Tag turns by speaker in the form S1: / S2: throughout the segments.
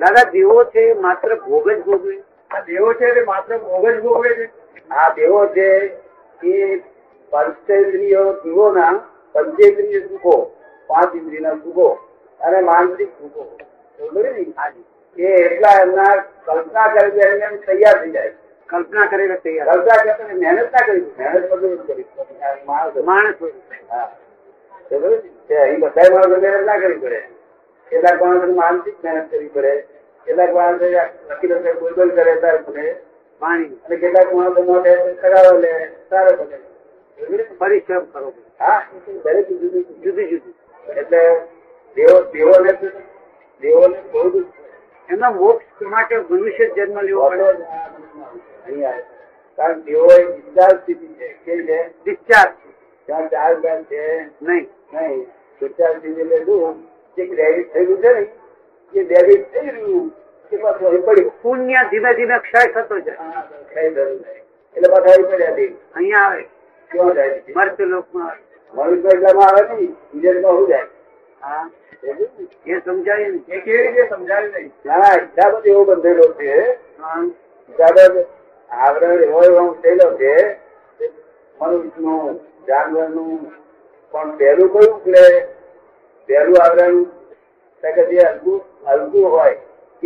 S1: દાદા દેવો છે એ માત્ર ભોગ જ ભોગવે
S2: આ દેવો છે તે માત્ર ભોગ જ ભોગવે છે
S1: આ દેવો છે એ પંચેન્દ્રિય સુખોના પંચેન્દ્રિય સુખો પાંચ ઇન્દ્રિયના સુખો અને માનસિક સુખો બરોબર ને? એ એટલા એમના કલ્પના કરી એમને એમ તૈયાર થઈ જાય
S3: કલ્પના કરેલા તૈયાર
S1: કલ્પના કરતા એને મહેનત ના કરી મહેનત બધું જ કરી માણસ હતો.
S3: માણસ હોય.
S1: હા. બરોબર ને? તે અહીં બધા માણસો મહેનત ના કરવી પડે કેટલાક માણસો માનસિક મહેનત કરવી પડે કેટલાક માણસો વકીલો સાહેબ બોલબોલ કરે ત્યારે ભણે.
S3: વાણી
S1: અને કેટલાક માણસો મોઢે સગાવો લે સારો બને
S3: પરિશ્રમ કરો
S1: હા દરેક જુદી જુદી.
S3: જુદી જુદી
S1: એટલે દેવો દેવોને શું? દેવોને બહુ જ
S3: એમના મોક્ષ માટે મનુષ્ય જ જન્મ લેવો
S1: મોટો
S3: પડે
S1: જ આ અહીં આવે છે. કારણ કે દેવો એક વિશાળ સ્થિતિ છે કેવી છે
S3: ડિસ્ચાર્જ
S1: ત્યાં ચાર બેન છે
S3: નહીં
S1: નહીં વિશાળ સ્થિતિ એટલે શું? જે ક્રેડિટ થયેલું છે ને એ ડેબિટ થઈ રહ્યું એ પાછું અહીં પડ્યું
S3: પુણ્ય ધીમે ધીમે ક્ષય થતો જાય
S1: હા, કઈ જરૂર નહીં. એટલે પાછા અહીં પડ્યા છે
S3: અહીંયા આવે
S1: કેવા જાય છે
S3: મર્ત લોકમાં આવે
S1: મનુષ્ય એટલામાં આવે નહીં વિદેશમાં શું જાય
S3: હા
S1: એવું ને?
S3: એ સમજાય ને
S2: એ કેવી રીતે સમજાવી નહીં
S1: ના ના હિસાબ જ એવો બંધેલો છે
S3: હા.
S1: હિસાબ જ આવરણ એવો એવો થયેલો છે કે મનુષ્યનું જાનવરનું પણ પહેલું કયું એટલે પહેલું આવરણ કે જે હલકું હલકું હોય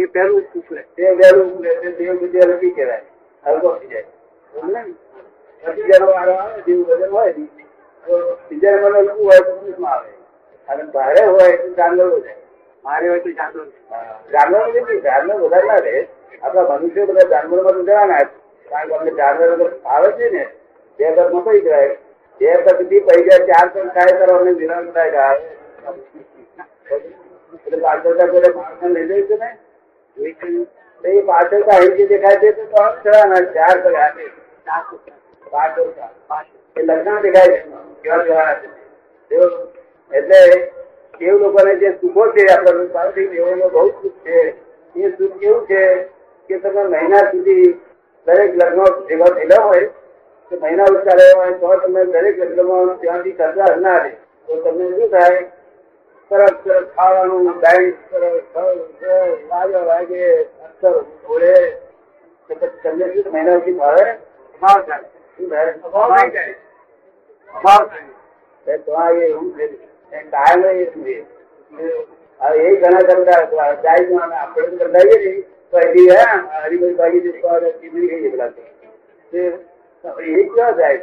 S3: એ પહેલું ઉપલે
S1: તે વહેલું ઉગલે તે દેવ બીજે હલકી કહેવાય હલકો થઈ જાય સમજ્યા ને? પછી જેનો વારો આવે જેવું વજન હોય ને, તો બીજા નંબરનું હલકું હોય તો મનુષ્યમાં આવે અને ભારે હોય તો જાનવર જાય
S3: મારે હોય તો જાગો
S1: જાનવર નથી જાનવર વધારે ના રહે આપણા મનુષ્ય બધા જાનવરો પર જવાના છે. કારણ કે અમને જાનવરો વગર ફાવે છે ને બે પગ મપાઈ જાય બે પગ થી પડી જાય ચાર પગ ખાય તો અમને નિરાશ થાય કે આવે. એટલે પાછળતા કોઈ માણસને લઈ જાય છે ને
S3: જોઈ કરી
S1: તો એ પાછળતા હિલકી દેખાય છે તો તો આમ ચડવાના છે. ચાર પગ હાથે
S3: જાગો
S1: પાછળતા
S3: પાછો
S1: એ લક્ષણ દેખાય છે કેવા જવાના છે તેઓ- એટલે એવું લોકોને જે સુખો છે આપણા પાસેથી એવોનો બહુ સુખ છે એ સુખ કેવું છે કે તમે મહિના સુધી દરેક લગ્ન ભેગા થયેલા હોય તો મહિના ઉતારે હોય તો તમે દરેક લગ્નમાં ત્યાંથી કરતા જ ના રહે તો તમને શું થાય સરસ સરસ ખાવાનું બેન્ડ સરસ સરસ સરસ વાગે વાગે અક્ષર ઘોડે તો પછી તમને શું મહિના સુધી ભાવે
S3: ભાવ જાગે
S1: શું ભાવે
S2: અભાવ નહીં જાય
S3: ભાવ જાગે
S1: એ તો આ એ હું છે. એ કાયમ એ જ છે. હવે એ ઘણા કરતા હતા. સાઈઝમાં આપણે તો કરતા આવીએ ને, તો હજી હા, હરીભાઈ ભાગી જશે, તો હવે કીધું કઈ રીતે લાગે. તે એ ક્યાં જાય?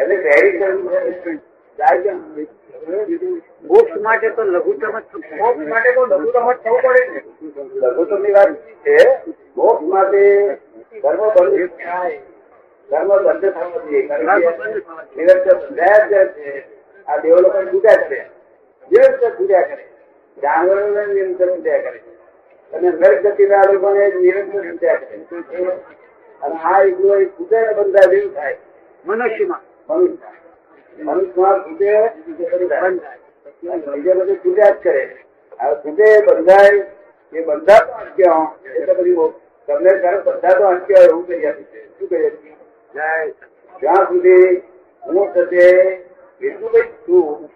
S1: એટલે ક્રેડિટ કરવું છે. જાય ક્યાં?
S3: મોક્ષ માટે તો લઘુત્તમ જ સુખ છે.
S2: મોક્ષ માટે તો લઘુત્તમ જ થવું પડે છે
S1: લઘુત્તમની વાત છે મોક્ષ માટે ધર્મ બંધ થાય. ધર્મ બંધ થવો જોઈએ કારણ
S3: ધર્મ બંધ થવો
S1: કે નિરંતર પ્રયાસ કરે છે આ ડેવલપમેન્ટ પૂજા કરે નિરંતર પૂજા કરે જાનવરોને નિરંતર પૂજા કરે અને નર્ક ગતિના લોકોને નિરંતર પૂજા કરે એ- અને આ એકલું એ પૂજા બંધા જેવું થાય
S3: મનુષ્યમાં
S1: મનુષ્ય મનુષ્યમાં પૂજે બંધાય
S3: બંધાય
S1: બીજે બધું પૂજા જ કરે હવે પૂજે બંધાય એ બંધા તો અટક્યો એટલે પછી તમને ત્યારે બંધા તો અટક્યો એવું કહી આપી છે શું કહી આપી છે?
S3: જય
S1: જ્યાં સુધી હું થશે વિષ્ણુભાઈ છું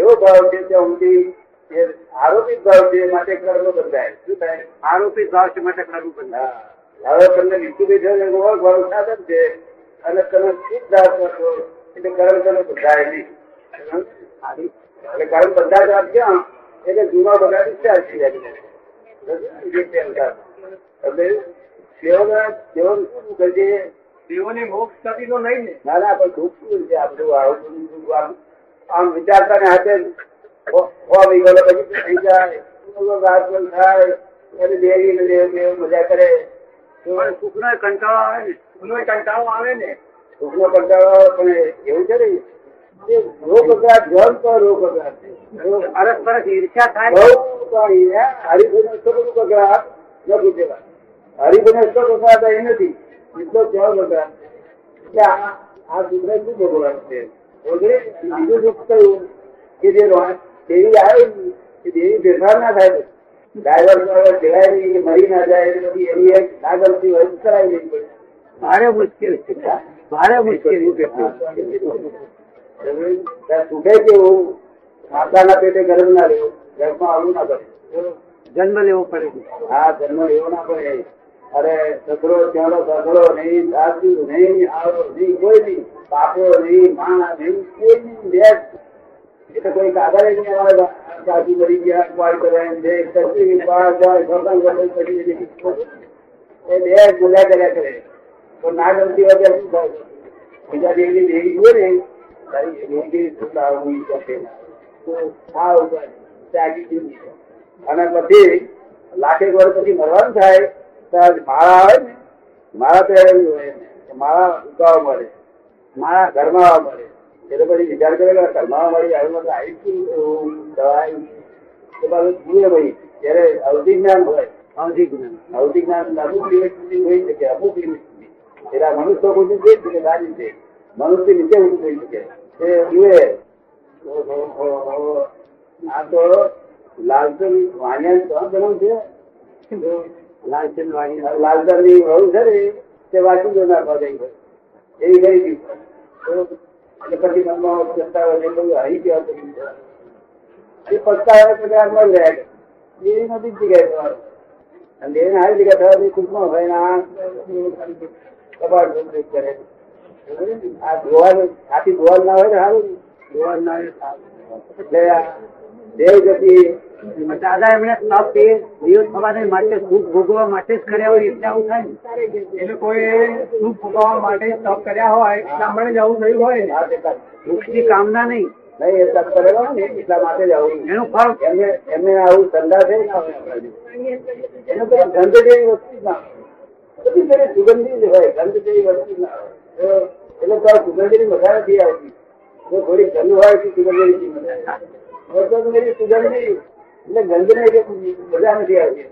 S1: એવો ભાવ છે ત્યાં સુધી એ આરોપિત ભાવ છે માટે કર્મ બંધાય શું થાય
S3: આરોપી ભાવ છે માટે કરવું બંધાય
S1: હા. હવે તમને વિષ્ણુભાઈ થયો ને ઓળખવાનું સાધન છે અને તમે શુદ્ધ આત્મા છો એટલે કર્મ તમે બંધાય નહીં
S3: સારું.
S1: એટલે કર્મ બંધાય તો ક્યાં એટલે જૂનો બધા વિસ્તાર થઈ જાય એટલે તેઓના તેઓનું શું કહે છે
S2: દેવોને મોક્ષ થતી તો નહીં ને
S1: ના ના પણ દુઃખ શું છે આપણું આવું બધું દુઃખ આમ આમ વિચારતા ને હાથે ઓમ ઈ ગોલો પછી થઈ જાય ઉગો ગાર્જન થાય અને દેવી ને દેવ દેવ મજા કરે
S3: પણ સુખનો એ કંટાળો આવે
S2: એનો કંટાળો આવે ને
S3: ને
S1: દુઃખનો કંટાળો આવે પણ એવું છે ને એ રોગ અપરાધ જન પર રોગ અપરાધ છે બહુ
S3: અરસ પરસ ઈર્ષ્યા થાય ને.
S1: પણ હરિભુને તો બધું અપરાધ નથી દેવા હરિભુને તો અપરાધ અહીં નથી એટલો જળ અપરાધ છે એટલે આ આ સુધરે શું ભોગવવાનું છે ભોગવે? બીજું દુઃખ કયું કે જે રો- દેવી આવે ને, એ દેવી ભેદભાવ ના થાય પછી. ડ્રાઈવર બરાબર દેવાય નહીં કે મરી ના જાય એટલે પછી એની એક લાગણથી હોય તો કરાવી દેવી પડે
S3: ભારે મુશ્કેલ છે ભારે મુશ્કેલી છે.
S1: ત્યાં સુખે કેવું માતાના પેટે ગરમ ના રહ્યું ગર્ભમાં આવું ના કરે
S3: જન્મ લેવો પડે છે
S1: આ જન્મ એવો ના પડે અરે સસરો ચાલો સસરો નહીં સાસુ નહીં આવો નહીં કોઈ નહીં બાપો નહીં મા નહીં કોઈ નહીં બેસ એ તો કોઈ કાગળ જ નહીં આવે સાસુ મરી ગયા કોલ કરે એમ બે સસરી પાસ જાય સસંગ વસંગ કરી દે. એ બે ગુના કર્યા કરે તો ના ગમતી હોય ત્યારે શું થાય બીજા દેવની દેવી જુએ ને તારી દેવી શું આવવું ઈચ્છે તો આ ઉપાય ત્યાગી દીધી છે. અને પછી લાખેક વર્ષ પછી મરવાનું થાય ત્યારે માળા આવે ને માળા પહેરેલી હોય એને. તો માળા ઉગાવા મળે માળા ઘરમાં મળે એટલે પછી વિચાર કરે કે ઘરમાં મળી આવી તો આવી શું એવું દવાઈ તો પાછું જુએ ભાઈ જ્યારે અવધિ જ્ઞાન હોય
S3: અવધિ જ્ઞાન
S1: અવધિ જ્ઞાન અમુક લિમિટ સુધી હોય શકે અમુક લિમિટ સુધી એટલે આ મનુષ્ય ઊંચું થઈ શકે દાદી છે મનુષ્ય નીચે ઊંચું થઈ શકે એ જુએ ઓહો, ઓહો, ઓહો. આ તો લાલચંદ વાણિયા કોણ બનવું છે
S3: લાલચંદ વાણી
S1: લાલચંદ ની વહુ છે ને તે વાંચી જો ના પડે એવી ગઈ હતી એટલે પછી મનમાં પસ્તાવો એટલે બધું હરી ગયો હતો. એ પસ્તાવો એટલે આમાં જ રહ્યા એવી નથી જગ્યાએ થવાનું. અને દેવીને આવી જગ્યાએ થવાથી ખુશમાં હોય ને આ કબાટ ભૂંસી કરે આ ધોવાનું આથી ધોવાનું ના હોય ને સારું
S3: ગોવા ના એ સારું.
S1: એટલે આ દેવ ગતિ
S3: પણ દાદા એમણે તપ એ દિવસ થવાને માટે સુખ ભોગવવા માટે જ કર્યા હોય એટલે આવું થાય ને
S2: એ લોકોએ સુખ ભોગવવા માટે તપ કર્યા હોય બ્રાહ્મણે જ આવું થયું હોય ને
S1: આ તે કાંઈ
S3: મોક્ષની કામના નહીં
S1: નહીં એ તપ કરેલો હોય ને એટલા માટે જ આવું
S3: એનું ફળ
S1: એમને એમને આવું ધંધા છે ને આવું આપણાને. એનો કોઈ ગંધ જેવી વસ્તુ જ ના હોય. બધી જગ્યાએ સુગંધી જ હોય ગંધ જેવી વસ્તુ જ ના હોય તો એટલે તો આ સુગંધની વધારે નથી આવતી જો થોડી ગંધ હોય તો સુગંધની વધારે આવે. વરસાદ મેરી સુગંધી એટલે ગંધને કે મજા નથી આવતી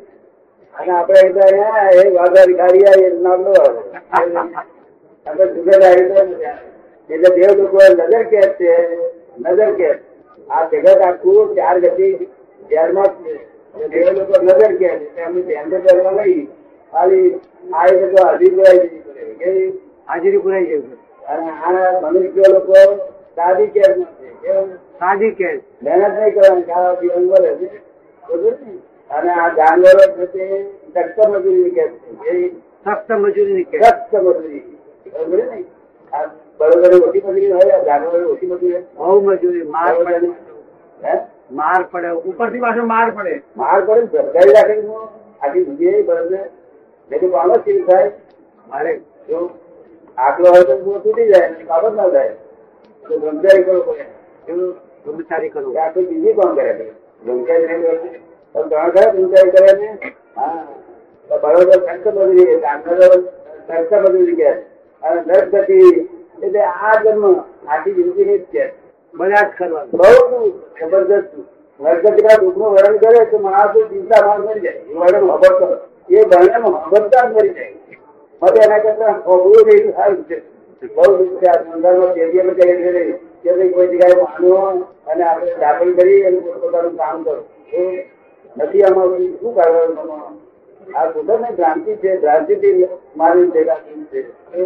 S1: અને આપણે એ તો અહીંયા એ વાઘા વિખારી આ એ નામ નો આવે આપણે સુગંધ આવી તો નથી આવે. એટલે દેવ લોકો નજર કેદ છે નજર કેદ આ જગત આખું ચાર ગતિ ધ્યાનમાં જ છે દેવ લોકો નજર કેદ એટલે એમની ધ્યાન તો કરવા નહીં ખાલી આ એ લોકો હજી જોવાય જતી કરે કેવી?
S3: હાજરી પુરાઈ ગયું છે.
S1: અને આ મનુષ્ય લોકો સાદી કેદમાં છે કેવું?
S3: સાદી કે
S1: મહેનત નહીં કરવાની સારા જીવન મળે છે બરોબર ને? અને આ જાનવરો છે તે સખ્ત મજૂરી કે છે એ
S3: સખ્ત મજૂરીની કે
S1: સખ્ત મજૂરી બરોબર ને આ બળદોને ઓછી મજૂરી હોય આ જાનવરો ઓછી મજૂરી હોય.
S3: બહુ મજૂરી માર પડે
S1: હે?
S3: માર પડે ઉપર
S2: ઉપરથી પાછો માર પડે
S1: માર પડે ને ધબકાવી રાખે ને હું આખી દુનિયા બળદને નહીં તો આમ જ ચીડ થાય
S3: મારે
S1: જો આટલો હોય તો હું તૂટી જાય ને કામ જ ના થાય તો ધમકાવી કરવો પડે એવું
S3: બ્રહ્મચારી કરવું
S1: કે આખું બીજી કોણ કરે છે? ઝુમક્યા જ નહીં કરે છે. પણ ઘણા ખરા ઝુમક્યા કરે ને? હા. તો બરોબર સંત મજૂરી છે. જામનગર સંત મજૂરી કહે છે. અને નર્ક ગતિ એટલે આ જન્મ આખી જિંદગીની જ છે.
S3: બધા જ કરવાનું
S1: બહુ જબરજસ્ત નરગતિના દુઃખનું વર્ણન કરે તો માણસ ચિંતા માણસ મરી જાય એ વર્ણન હબડતો એ વર્ણન હબડતા જ મરી જાય હવે એના કરતા ભોગવું ને એવું સારું છે બહુ દુઃખ છે આ સંસારમાં તેજી અમે કહીએ છીએ નહીં. કે ભાઈ કોઈ જગ્યાએ માનો અને આપણે દાખલ કરી અને પોતપોતાનું કામ કરો એ નથી અમારું શું કરવાનું તમારું? આ કુદરતની ભ્રાંતિ છે ભ્રાંતિથી માનવી ભેગા થયું છે એ